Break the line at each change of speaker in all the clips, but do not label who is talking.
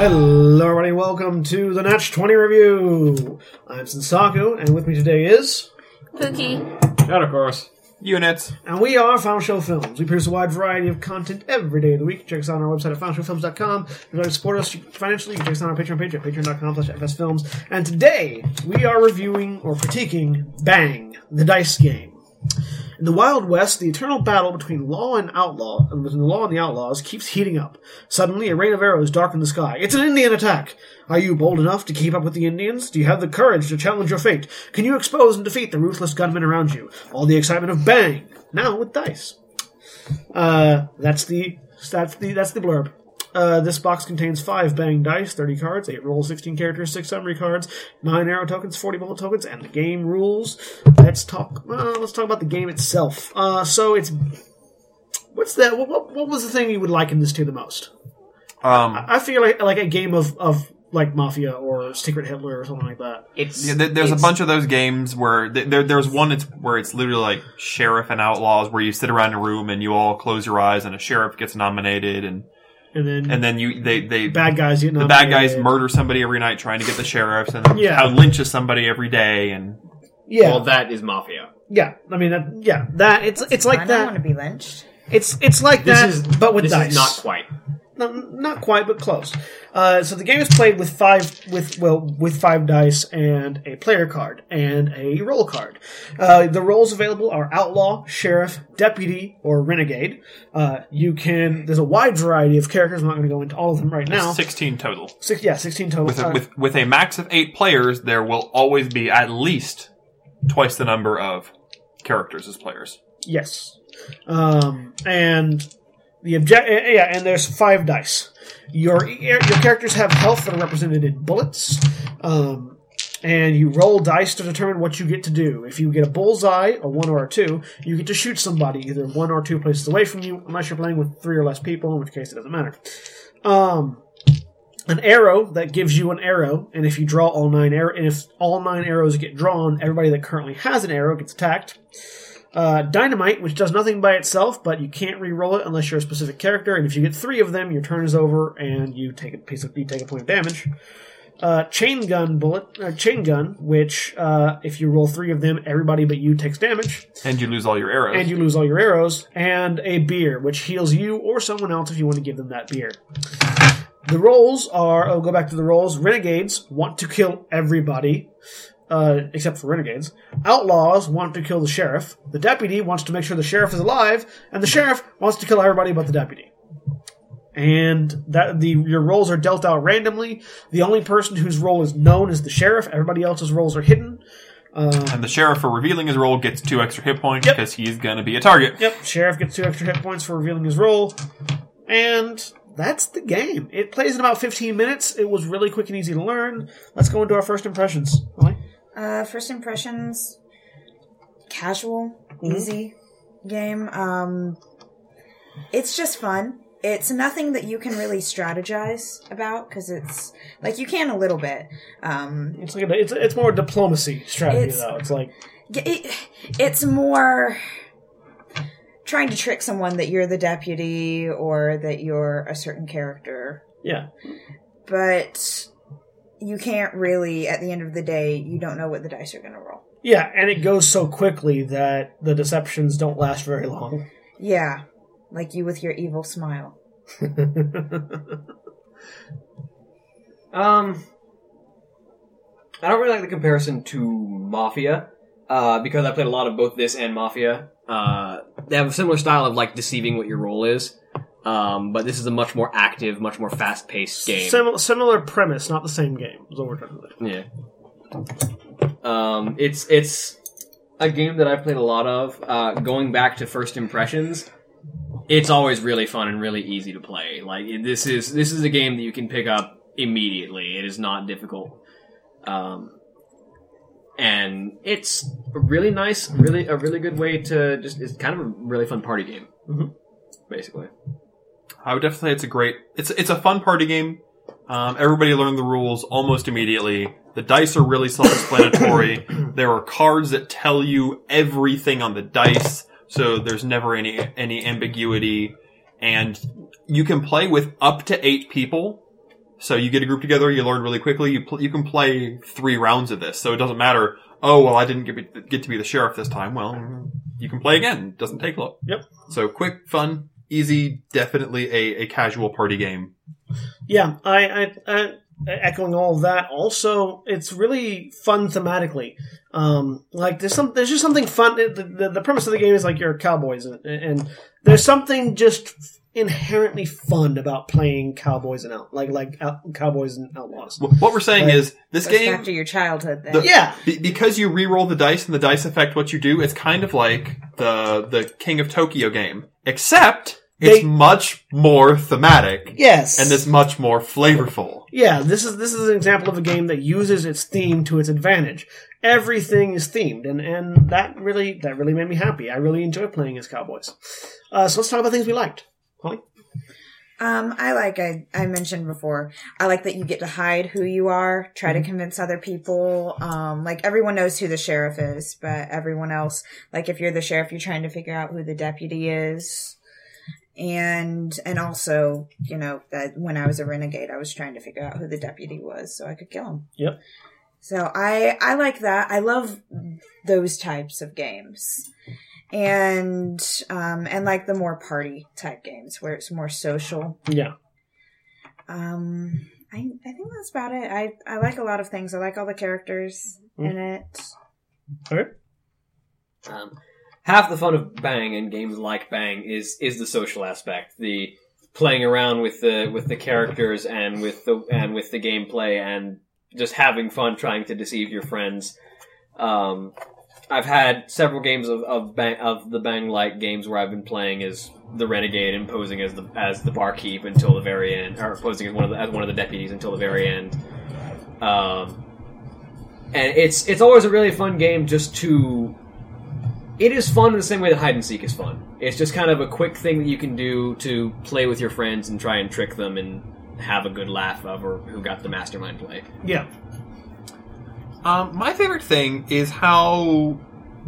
Hello, everybody. Welcome to the Natch 20 review. I'm Sensaku, and with me today is.
Pookie.
Shadow Course. Units.
And we are Final Show Films. We produce a wide variety of content every day of the week. Check us out on our website at FinalShowFilms.com. If you'd like to support us financially, you can check us out on our Patreon page at patreon.com slash fsfilms. And today, we are reviewing or critiquing Bang, the dice game. In the Wild West, the eternal battle between law and outlaw, and between the law and the outlaws, keeps heating up. Suddenly, a rain of arrows darken the sky. It's an Indian attack! Are you bold enough to keep up with the Indians? Do you have the courage to challenge your fate? Can you expose and defeat the ruthless gunmen around you? All the excitement of bang! Now with dice. Uh, that's the that's the that's the blurb. Uh, this box contains five bang dice, thirty cards, eight rolls, sixteen characters, six summary cards, nine arrow tokens, forty bullet tokens, and the game rules. Let's talk. Well, let's talk about the game itself. Uh, so it's what's that? What, what, what was the thing you would liken this to the most?
Um,
I feel like like a game of of like Mafia or Secret Hitler or something like that.
It's
yeah, there- there's a
it's-
bunch of those games where th- there, there's one that's where it's literally like sheriff and outlaws, where you sit around a room and you all close your eyes, and a sheriff gets nominated, and
And then
and then you they they
bad guys, you know,
the bad guys murder somebody every night trying to get the sheriffs, and
Yeah.
how lynches somebody every day, and
Yeah,
Well, that is mafia.
yeah. I mean, that, yeah, that it's it's like
I don't
that.
want to be lynched.
It's it's like
This
that,
is
but with
this
dice.
is not quite.
not, not quite, but close. Uh, so the game is played with five with well with five dice and a player card and a roll card. Uh, the roles available are outlaw, sheriff, deputy, or renegade. Uh, you can there's a wide variety of characters. I'm not going to go into all of them right now.
sixteen total.
Six, yeah, sixteen total.
With a,
Uh,
with with a max of eight players, there will always be at least twice the number of characters as players.
Yes. Um, and the object, yeah, and there's five dice. Your your characters have health that are represented in bullets, um, and you roll dice to determine what you get to do. If you get a bullseye, a one or a two, you get to shoot somebody either one or two places away from you, unless you're playing with three or less people, in which case it doesn't matter. Um, an arrow that gives you an arrow, and if you draw all nine arrow, and if all nine arrows get drawn, everybody that currently has an arrow gets attacked. Uh, dynamite, which does nothing by itself, but you can't re-roll it unless you're a specific character, and if you get three of them, your turn is over and you take a piece of you take a point of damage. Uh, chain gun bullet, uh, chain gun, which uh, if you roll three of them, everybody but you takes damage,
And you lose all your arrows.
and you lose all your arrows, and a beer, which heals you or someone else if you want to give them that beer. The rolls are oh, go back to the rolls. Renegades want to kill everybody, uh, except for renegades. Outlaws want to kill the sheriff. The deputy wants to make sure the sheriff is alive, and the sheriff wants to kill everybody but the deputy. And that the your rolls are dealt out randomly. The only person whose role is known is the sheriff. Everybody else's rolls are hidden.
And the sheriff, for revealing his role, gets two extra hit points because he's going to be a target.
Yep, sheriff gets two extra hit points for revealing his role, and that's the game. It plays in about 15 minutes. It was really quick and easy to learn. Let's go into our first impressions. Ellie?
Uh, first impressions, casual, easy game. Um, it's just fun. It's nothing that you can really strategize about because it's like you can a little bit. Um,
It's like a, it's it's more diplomacy strategy
It's-
though. It's like
y- it, it's more trying to trick someone that you're the deputy or that you're a certain character
yeah,
but you can't really at the end of the day you don't know what the dice are going to roll
yeah, and it goes so quickly that the deceptions don't last very long.
yeah like you with your evil smile
Um, I don't really like the comparison to mafia uh, because I played a lot of both this and mafia. Uh, they have a similar style of like deceiving what your role is, um, but this is a much more active, much more fast-paced game.
Similar similar premise, not the same game. Is what we're trying to do.
Yeah. Um, it's it's a game that I've played a lot of. Uh, going back to first impressions, it's always really fun and really easy to play. Like it- this is this is a game that you can pick up immediately. It is not difficult. Um, and it's a really nice, really a really good way to just. It's kind of a really fun party game,
Mhm.
basically.
I would definitely say it's a great. It's it's a fun party game. Um, everybody learned the rules almost immediately. The dice are really self-explanatory. there are cards that tell you everything on the dice, so there's never any any ambiguity. And you can play with up to eight people, So you get a group together, you learn really quickly. You pl- you can play three rounds of this, so it doesn't matter. Oh well, I didn't get be- get to be the sheriff this time. Well, you can play again. It doesn't take long.
Yep.
So quick, fun, easy. Definitely a, a casual party game.
Yeah, I, I, I echoing all of that. Also, it's really fun thematically. Um, like there's some, there's just something fun. The, the, the premise of the game is like you're cowboys, and, and there's something just inherently fun about playing cowboys and out, like like out, cowboys and outlaws.
Wh- What we're saying
Right.
is this
Goes
game
back to your childhood thing.
The-
Yeah,
Be- because you re-roll the dice and the dice affect what you do, it's kind of like the the King of Tokyo game, except it's
They-
much more thematic
yes,
and it's much more flavorful.
Yeah, this is this is an example of a game that uses its theme to its advantage. Everything is themed, and and that really that really made me happy. I really enjoy playing as cowboys. Uh, so let's talk about things we liked. Holly?
Um, I like I, I mentioned before. I like that you get to hide who you are, try
Mhm.
to convince other people. Um, like everyone knows who the sheriff is, but everyone else, like if you're the sheriff, you're trying to figure out who the deputy is. And and also, you know, that when I was a renegade, I was trying to figure out who the deputy was so I could kill him.
Yep.
So I I like that. I love those types of games and um and like the more party type games where it's more social
Yeah,
um i i think that's about it i i like a lot of things i like all the characters
Mm-hmm.
in it
Um, half the fun of Bang and games like Bang is is the social aspect, the playing around with the with the characters and with the and with the gameplay and just having fun trying to deceive your friends. Um, I've had several games of of, bang, of the Bang like games where I've been playing as the renegade and posing as the as the barkeep until the very end, or posing as one of the, as one of the deputies until the very end. Um, and it's it's always a really fun game just to it is fun in the same way that hide and seek is fun. It's just kind of a quick thing that you can do to play with your friends and try and trick them and have a good laugh of or who got the mastermind play.
yeah,
Um, my favorite thing is how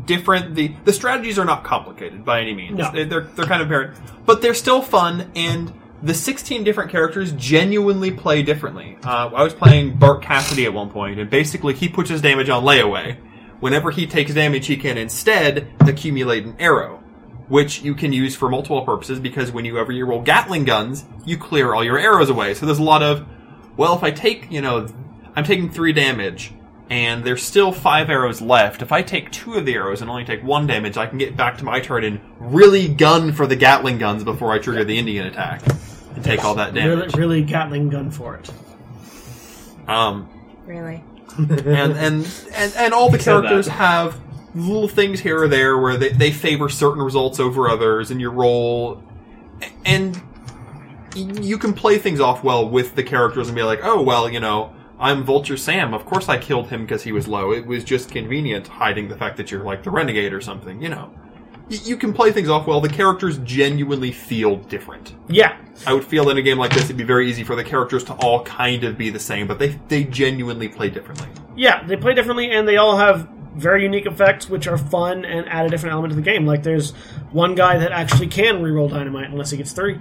different the the strategies are not complicated by any means.
No.
They- They're they're kind of apparent, but they're still fun and. The 16 different characters genuinely play differently. Uh, I was playing Bart Cassidy at one point, and basically he puts his damage on layaway. Whenever he takes damage, he can instead accumulate an arrow, which you can use for multiple purposes because whenever you roll Gatling guns, you clear all your arrows away. So there's a lot of, well, if I take, you know, I'm taking three damage and there's still five arrows left. If I take two of the arrows and only take one damage, I can get back to my turn and really gun for the Gatling guns before I trigger the Indian attack and take all that
really,
damage.
really Gatling gun for it.
Um,
really
and and and, and all the
said that.
characters have little things here or there where they, they favor certain results over others and your role and you can play things off well with the characters and be like oh well you know i'm vulture sam of course i killed him because he was low it was just convenient hiding the fact that you're like the renegade or something you know Y- you can play things off well the characters genuinely feel different
Yeah,
i would feel in a game like this it'd be very easy for the characters to all kind of be the same but they they genuinely play differently
yeah, they play differently, and they all have very unique effects, which are fun and add a different element to the game. Like there's one guy that actually can reroll dynamite unless he gets three.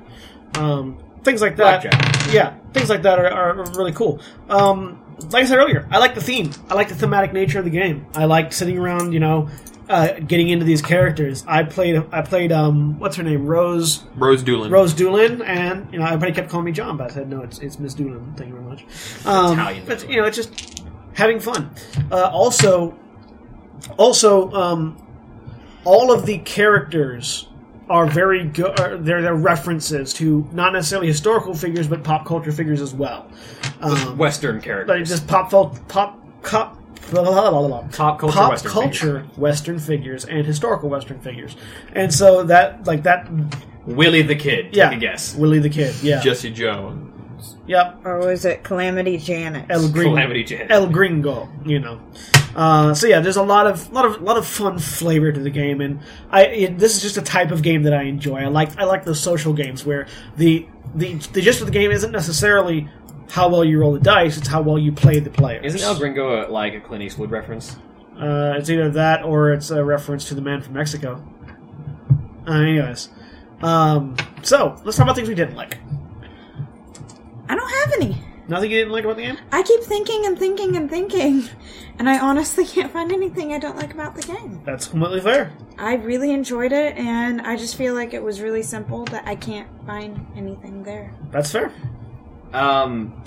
Um, things like that. Yeah, things like that are, are really cool. Um, like I said earlier, I like the theme. I like the thematic nature of the game. I like sitting around, you know, uh, getting into these characters. I played. I played. Um, what's her name? Rose.
Rose Doolin.
Rose Doolin, and you know everybody kept calling me John, but I said no, it's it's Miss Doolin. Thank you very much. Um,
Italian.
but you know, it's just having fun. Uh, also, also, um, all of the characters are very good. They're they're references to not necessarily historical figures, but pop culture figures as well. Um,
Western character.
but it's just pop fol- pop cop. Blah, blah, blah, blah, blah.
Pop culture
pop
Western
culture Western figures and historical Western figures, and so that like that
Willie the Kid, take
yeah.
a guess.
Willie the Kid. Yeah.
Jesse Joe.
yep.
or was it calamity janet
El Gringo.
Calamity Jane.
El Gringo. You know. Uh, so yeah, there's a lot of lot of lot of fun flavor to the game, and I it, this is just a type of game that I enjoy. I like I like those social games where the the the gist of the game isn't necessarily how well you roll the dice; it's how well you play the players.
Isn't El Gringo a, like a Clint Eastwood reference?
Uh, it's either that or it's a reference to the man from Mexico. Uh, anyways, um, so let's talk about things we didn't like.
i don't have any
Nothing you didn't like about the game?
I keep thinking and thinking and thinking, and I honestly can't find anything I don't like about the game.
That's completely fair.
I really enjoyed it, and I just feel like it was really simple that I can't find anything there.
That's fair.
Um,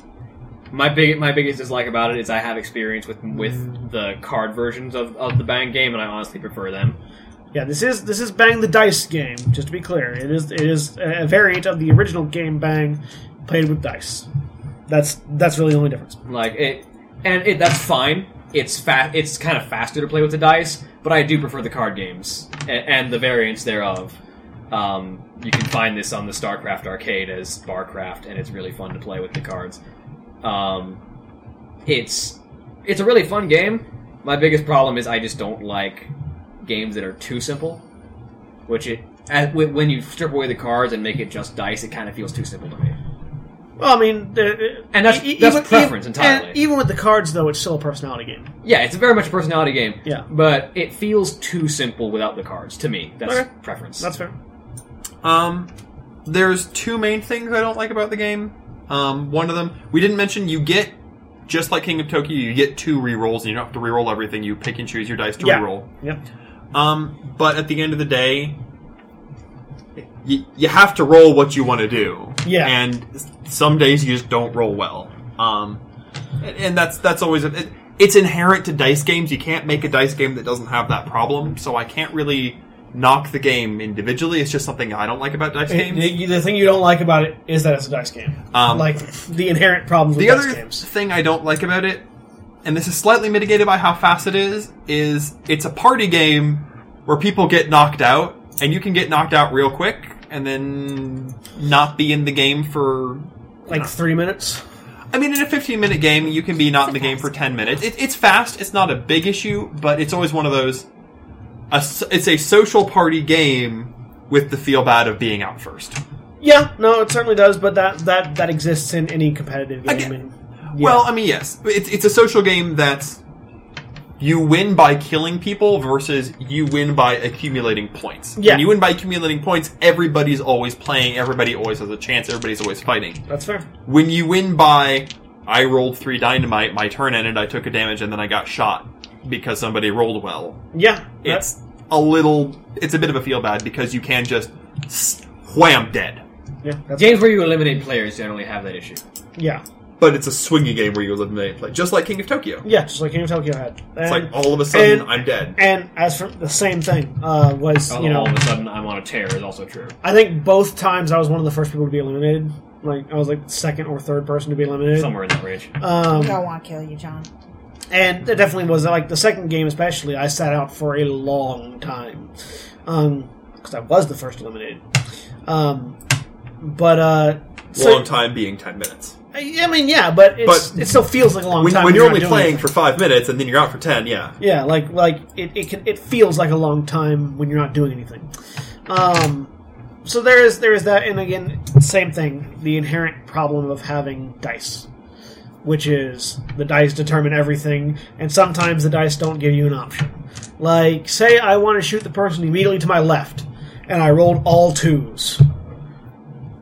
my big my biggest dislike about it is I have experience with with the card versions of, of the bang game, and I honestly prefer them.
Yeah, this is this is Bang the Dice game. Just to be clear, it is it is a variant of the original game Bang, played with dice. That's that's really the only difference.
Like it, and it that's fine. It's fa- It's kind of faster to play with the dice, but I do prefer the card games and, and the variants thereof. Um, you can find this on the StarCraft arcade as Barcraft, and it's really fun to play with the cards. Um, it's it's a really fun game. My biggest problem is I just don't like games that are too simple. Which it at, when when you strip away the cards and make it just dice, it kind of feels too simple to me.
Well, I mean, the-
And that's-
e-
that's preference
and
entirely.
even with the cards, though, it's still a personality game.
Yeah, it's very much a personality game.
Yeah.
But it feels too simple without the cards to me. That's
Okay.
preference.
That's fair.
Um, there's two main things I don't like about the game. Um, one of them we didn't mention. You get just like King of Tokyo, you get two rerolls, and you don't have to reroll everything. You pick and choose your dice to
Yeah.
reroll.
Yep.
Um, but at the end of the day, you, you have to roll what you want to do.
Yeah.
And s- some days you just don't roll well. Um, and, and that's that's always a, it, it's inherent to dice games. You can't make a dice game that doesn't have that problem. So I can't really knock the game individually. It's just something I don't like about dice games.
the, the thing you don't like about it is that it's a dice game.
Um,
like the inherent problems with
the
dice
other
games.
thing I don't like about it, and this is slightly mitigated by how fast it is, is it's a party game where people get knocked out, and you can get knocked out real quick and then not be in the game for.
Like three minutes.
I mean, in a 15 minute game, you can be not in the game for 10 minutes. It, it's fast, it's not a big issue, but it's always one of those. A, so- it's a social party game with the feel bad of being out first.
Yeah, no, it certainly does, but that that that exists in any competitive game.
Again-
and-
Well, I mean, yes, it's it's a social game that's you win by killing people versus you win by accumulating points.
Yeah.
When you win by accumulating points, everybody's always playing, everybody always has a chance, everybody's always fighting.
that's fair.
When you win by I rolled three dynamite, my turn ended, I took a damage, and then I got shot because somebody rolled well.
Yeah,
It's a little, it's a bit of a feel bad because you can just s- wham dead.
that's, yeah, that's,
Games where you eliminate players generally have that issue.
yeah,
But it's a swingy game where you eliminate play, just like King of Tokyo.
yeah. Just like King of Tokyo had. And,
It's like all of a sudden
and-
I'm dead.
and as for the same thing uh, was
Although
you know
all
Oh.
of a sudden I'm on a tear is also true.
I think both times I was one of the first people to be eliminated. Like I was like the second or third person to be eliminated.
Somewhere in that range.
Um,
I want to kill you, John.
and it definitely was like the second game especially i sat out for a long time um because i was the first eliminated um but uh so-
long time being 10 minutes.
I, I mean yeah but, it's,
But-
it still feels like a long
When,
time
when you're
not
only
doing
playing
anything.
for 5 minutes and then you're out for 10, yeah.
yeah like like it, it can it feels like a long time when you're not doing anything um so there is there is that and again same thing the inherent problem of having dice which is the dice determine everything and sometimes the dice don't give you an option like say i want to shoot the person immediately to my left and i rolled all twos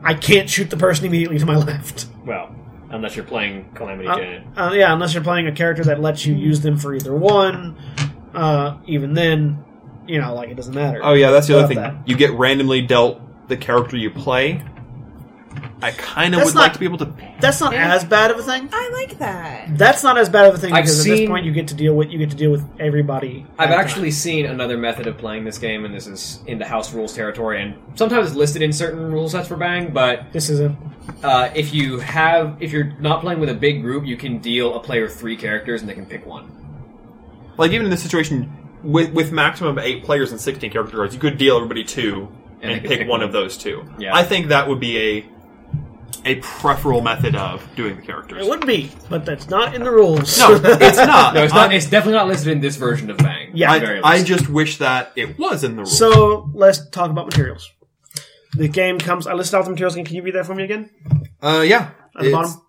i can't shoot the person immediately to my left
Well, unless you're playing Calamity
uh,
Janet.
uh, yeah, unless you're playing a character that lets you use them for either one. Uh, even then, you know, like it doesn't matter.
Oh, yeah, that's the other
Love
thing.
that.
You get randomly dealt the character you play. I kind of
That's
would like
not-
to be able to.
That's not
Yeah.
as bad of a thing.
I like that.
That's not as bad of a thing
I've
because at this
seen-
point you get to deal with you get to deal with everybody.
I've
at a
actually seen another method of playing this game, and this is into house rules territory, and sometimes it's listed in certain rule sets for Bang, but
time. this isn't.
uh, if you have if you're not playing with a big group, you can deal a player three characters and they can pick one.
Like, even in this situation, with, with maximum of 8 players and 16 character cards, you could deal everybody two and,
And they could
pick,
pick
one
one.
of those two.
Yeah.
I think that would be a a preferable method of doing the characters.
It would be, but that's not in the rules.
No, it's not.
No, it's not
I,
it's definitely not listed in this version of Bang.
Yeah.
at the very
I, I
least.
just wish that it was in the rules.
so let's talk about materials. The game comes. uh, I listed out the materials. Can you read that for me again?
Uh, yeah.
At the
It's
bottom,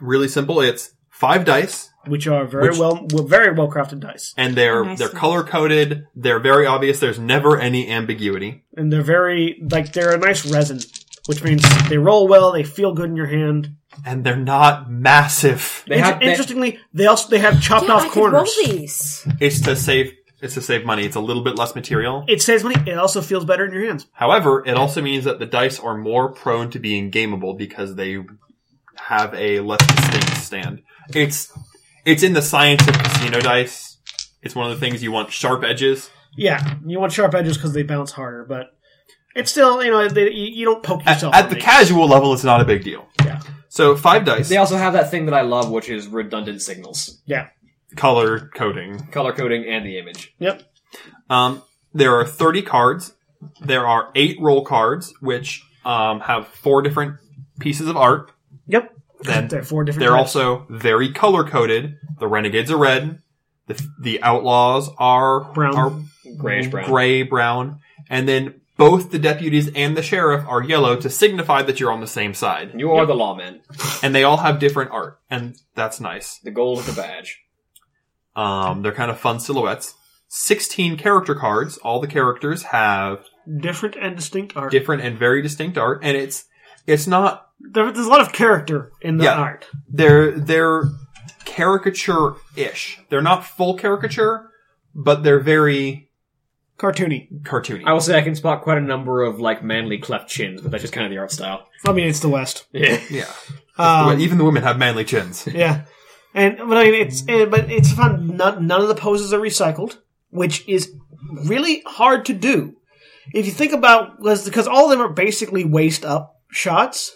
Really simple. It's five dice,
which are very
Which-
well, well, very well crafted dice,
and they're
Nice
they're
dice.
color coded. They're very obvious. There's never any ambiguity.
and they're very like they're a nice resin. which means they roll well, they feel good in your hand.
and they're not massive.
They
Inter-
have they,
interestingly, they also they have chopped
Yeah,
off
I could roll
corners.
these.
It's to save. It's to save money. It's a little bit less material.
It saves money. It also feels better in your hands.
However, it also means that the dice are more prone to being gameable because they have a less distinct stand. It's it's in the science of casino dice. It's one of the things you want sharp edges.
Yeah, you want sharp edges because they bounce harder, but it's still you know they, you, you don't poke
At,
yourself.
at
on
the
these.
casual level, it's not a big deal.
Yeah.
So five dice,
they also have that thing that I love, which is redundant signals,
yeah,
color coding.
color coding, and the image.
yep.
Um, there are thirty cards. There are eight roll cards, which um, have four different pieces of art.
Yep.
Then
There are four different.
They're
types.
also very color coded. The renegades are red. The, the outlaws are
Brown.
are
Grayish brown.
gray brown, and then both the deputies and the sheriff are yellow to signify that you're on the same side.
You are the lawman.
And they all have different art, and that's nice.
The gold of the badge.
Um, they're kind of fun silhouettes. Sixteen character cards. All the characters have
different and distinct art.
different and very distinct art, and it's it's not
There- there's a lot of character in the
Yeah.
art.
they're they're caricature ish. They're not full caricature, but they're very
Cartoony.
cartoony.
I
Oh.
will say I can spot quite a number of like manly cleft chins, but that's just kind of the art style.
I mean, it's the West.
Yeah.
yeah,
Um,
even the women have manly chins.
Yeah, and but I mean it's eh, but it's fun. None, none of the poses are recycled, which is really hard to do. If you think about was because all of them are basically waist up shots.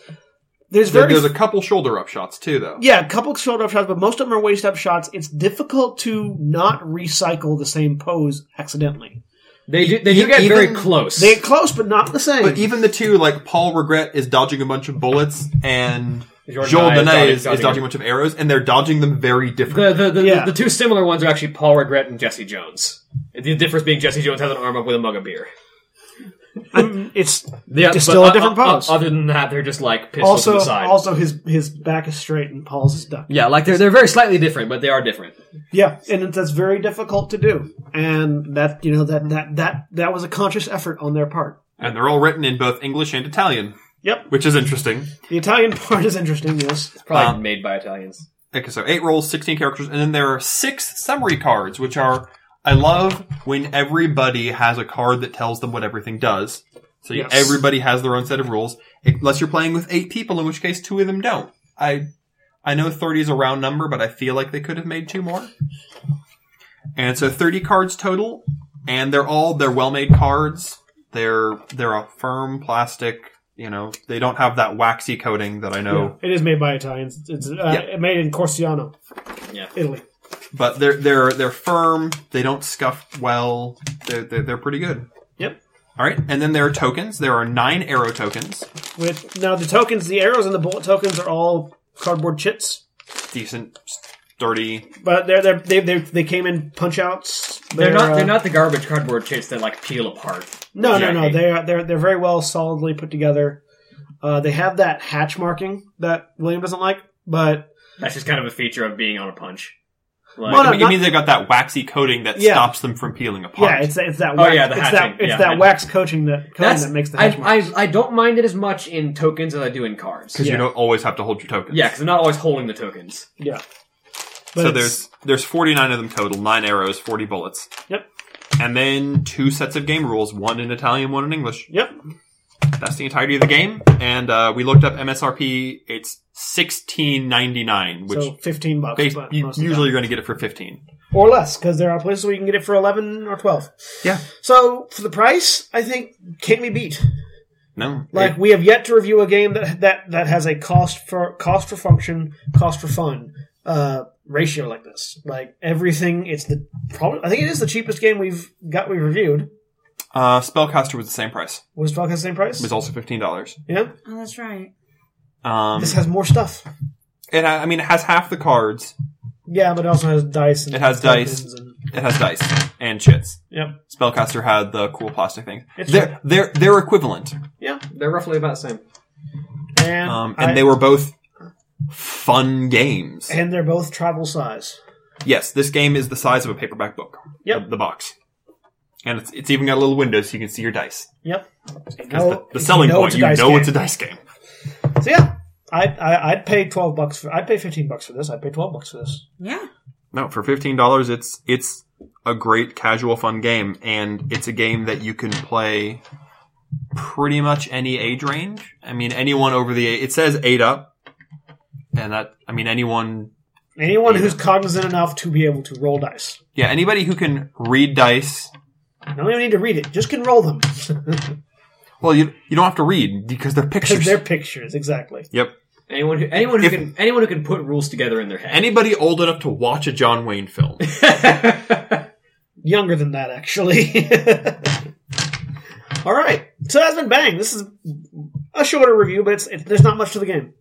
There's
There-
very
There's a couple shoulder up shots too, though.
yeah, a couple shoulder up shots, but most of them are waist up shots. It's difficult to not recycle the same pose accidentally.
They do. They do
Even-
get very
even-
close.
E- They get close, but not the same.
But even the two, like Paul Regret is dodging a bunch of bullets, and
Jordan
Joel
Nye is
Dene
dodging-
is, is
dodging
dodging a bunch of arrows, and they're dodging them very differently.
the the, the,
Yeah.
the two similar ones are actually Paul Regret and Jesse Jones. The difference being Jesse Jones has an arm up with a mug of beer.
I'm- it's
Yeah,
Just still a different pose.
other than that, they're just like pistols to
also
the side.
also his his back is straight and Paul's is ducked.
yeah, like they're they're very slightly different, but they are different.
Yeah, and it- that's very difficult to do. And that you know that that that that was a conscious effort on their part.
And they're all written in both English and Italian,
Yep,
which is interesting.
the Italian part is interesting. Yes,
Probably
Um,
made by Italians.
Okay, so eight rolls, sixteen characters, and then there are six summary cards, which are I love when everybody has a card that tells them what everything does. So you-
Yes.
everybody has their own set of rules, e, unless you're playing with eight people, in which case two of them don't. I I know thirty is a round number, but I feel like they could have made two more. And so thirty cards total, and they're all they're well made cards. They're they're a firm plastic. You know, they don't have that waxy coating that I know.
it is made by Italians. It's uh,
Yeah.
made in Corsiano,
Yeah.
Italy.
but they're they're they're firm. They don't scuff well. They're they're, they're pretty good.
Yep.
All right, and then there are tokens. There are nine arrow tokens.
With now the tokens, the arrows and the bullet tokens are all cardboard chits,
Decent, sturdy.
but they're, they're they they they came in punch outs.
They're, not
uh,
they're not the garbage cardboard chits that like peel apart.
No, no,
Yeah,
no.
hey.
They are they're they're very well solidly put together. Uh, they have that hatch marking that William doesn't like, but
That's just kind of a feature of being on a punch. Like,
Well, no,
I mean,
not-
it means they've got that waxy coating that
Yeah.
stops them from peeling apart.
Yeah, it's that- it's that.
Oh,
Wax,
yeah, the
it's
hatching.
that it's
Yeah,
that
hatching.
wax coating that coating
that's
that makes the
I,
hatch mark.
I I don't mind it as much in tokens as I do in cards.
because
yeah.
you don't always have to hold your tokens.
Yeah, because I'm not always holding the tokens.
yeah. But
So
it's-
there's there's 49 of them total, nine arrows, 40 bullets,
yep
and then two sets of game rules, one in Italian, one in English.
yep
That's the entirety of the game. And uh, we looked up MSRP. It's 16.99, which
so fifteen bucks
Bas-
but
you-
most of the
usually you're going to get it for 15.
time. or less because there are places where you can get it for eleven or twelve.
Yeah.
So for the price, I think can't be beat.
No.
Like we have yet to review a game that that that has a cost for cost for function, cost for fun uh, ratio like this. Like everything, it's the probably I think it is the cheapest game we've got we have reviewed.
uh, Spellcaster was the same price.
Was Valk has the same price?
It was also fifteen dollars.
Yeah,
Oh, that's right.
Um,
this has more stuff.
and I, I mean, it has half the cards.
Yeah, but it also has dice. And
It has
tokens
dice.
And,
It has dice and chits.
yep.
Spellcaster had the cool plastic things.
It's
They're they're they're equivalent,
Yeah.
They're roughly about the same.
And,
um, and
I-
they were both fun games.
and they're both travel size.
Yes, this game is the size of a paperback book.
Yep.
the, the box. and it's, it's even got a little window so you can see your dice.
Yep.
That's
No,
the, the
you
selling
know it's
point.
a
You know
dice
it's a
game.
dice game.
So yeah, I, I I'd pay twelve bucks for. I'd pay fifteen bucks for this. I'd pay twelve bucks for this.
Yeah.
No, for fifteen dollars, it's it's a great casual fun game, and it's a game that you can play pretty much any age range. I mean, anyone over the eight, it says eight up, and that I mean anyone,
Anyone who's cognizant enough to be able to roll dice.
yeah, anybody who can read dice.
You don't even need to read it. Just can roll them.
Well, you you don't have to read because they're pictures.
Because they're pictures, exactly.
yep.
Anyone who anyone who
If-
can anyone who can put rules together in their head.
Anybody old enough to watch a John Wayne film?
Younger than that, actually. All right. So that's been bang. This is a shorter review, but it's it, there's not much to the game.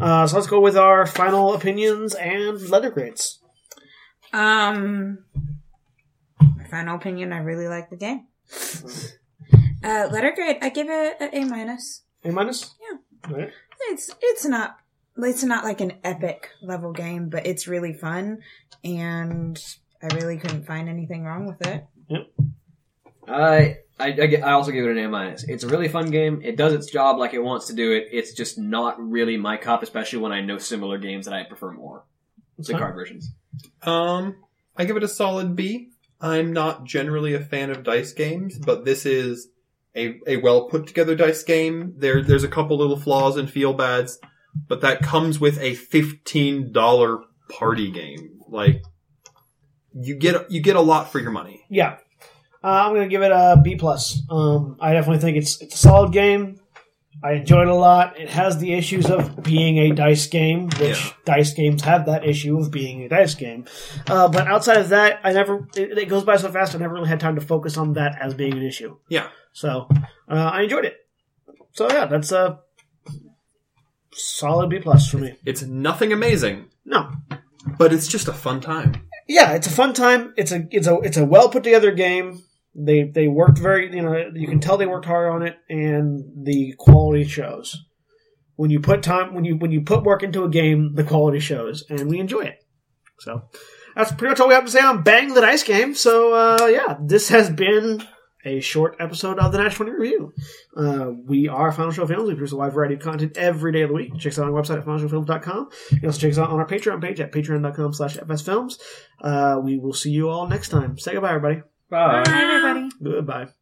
Uh, so let's go with our final opinions and letter grades.
Um, my final opinion. I really like the game. Uh, letter grade. I give it a A minus.
A minus.
Yeah.
All right.
It's it's not it's not like an epic level game, but it's really fun, and I really couldn't find anything wrong with it.
I, I, I gi- I also give it an A minus. It's a really fun game. It does its job like it wants to do it. It's just not really my cup, especially when I know similar games that I prefer more.
That's
the
fine.
card versions.
Um, I give it a solid B. I'm not generally a fan of dice games, but this is a, a well put together dice game. There, there's a couple little flaws and feel bads, but that comes with a fifteen dollar party game. Like you get you get a lot for your money.
Yeah. Uh, I'm going to give it a B plus. Um, I definitely think it's it's a solid game. I enjoyed it a lot. It has the issues of being a dice game, which
Yeah.
dice games have that issue of being a dice game. Uh, but outside of that, I never it, it goes by so fast. I never really had time to focus on that as being an issue.
Yeah.
So uh, I enjoyed it. So yeah, that's a solid B plus for me.
It's nothing amazing,
No,
but it's just a fun time.
yeah, it's a fun time. It's a it's a it's a well put together game. They they worked very you know you can tell they worked hard on it, and the quality shows. When you put time when you when you put work into a game, the quality shows, and we enjoy it. So that's pretty much all we have to say on Bang the Dice Game. So uh, yeah, this has been. A short episode of the Nash 20 Review. Uh, we are Final Show Films. We produce a wide variety of content every day of the week. Check us out on our website at finalshowfilms.com. You can also check us out on our Patreon page at patreon.com slash fsfilms. Uh, we will see you all next time. Say goodbye, everybody.
Bye, everybody.
Goodbye.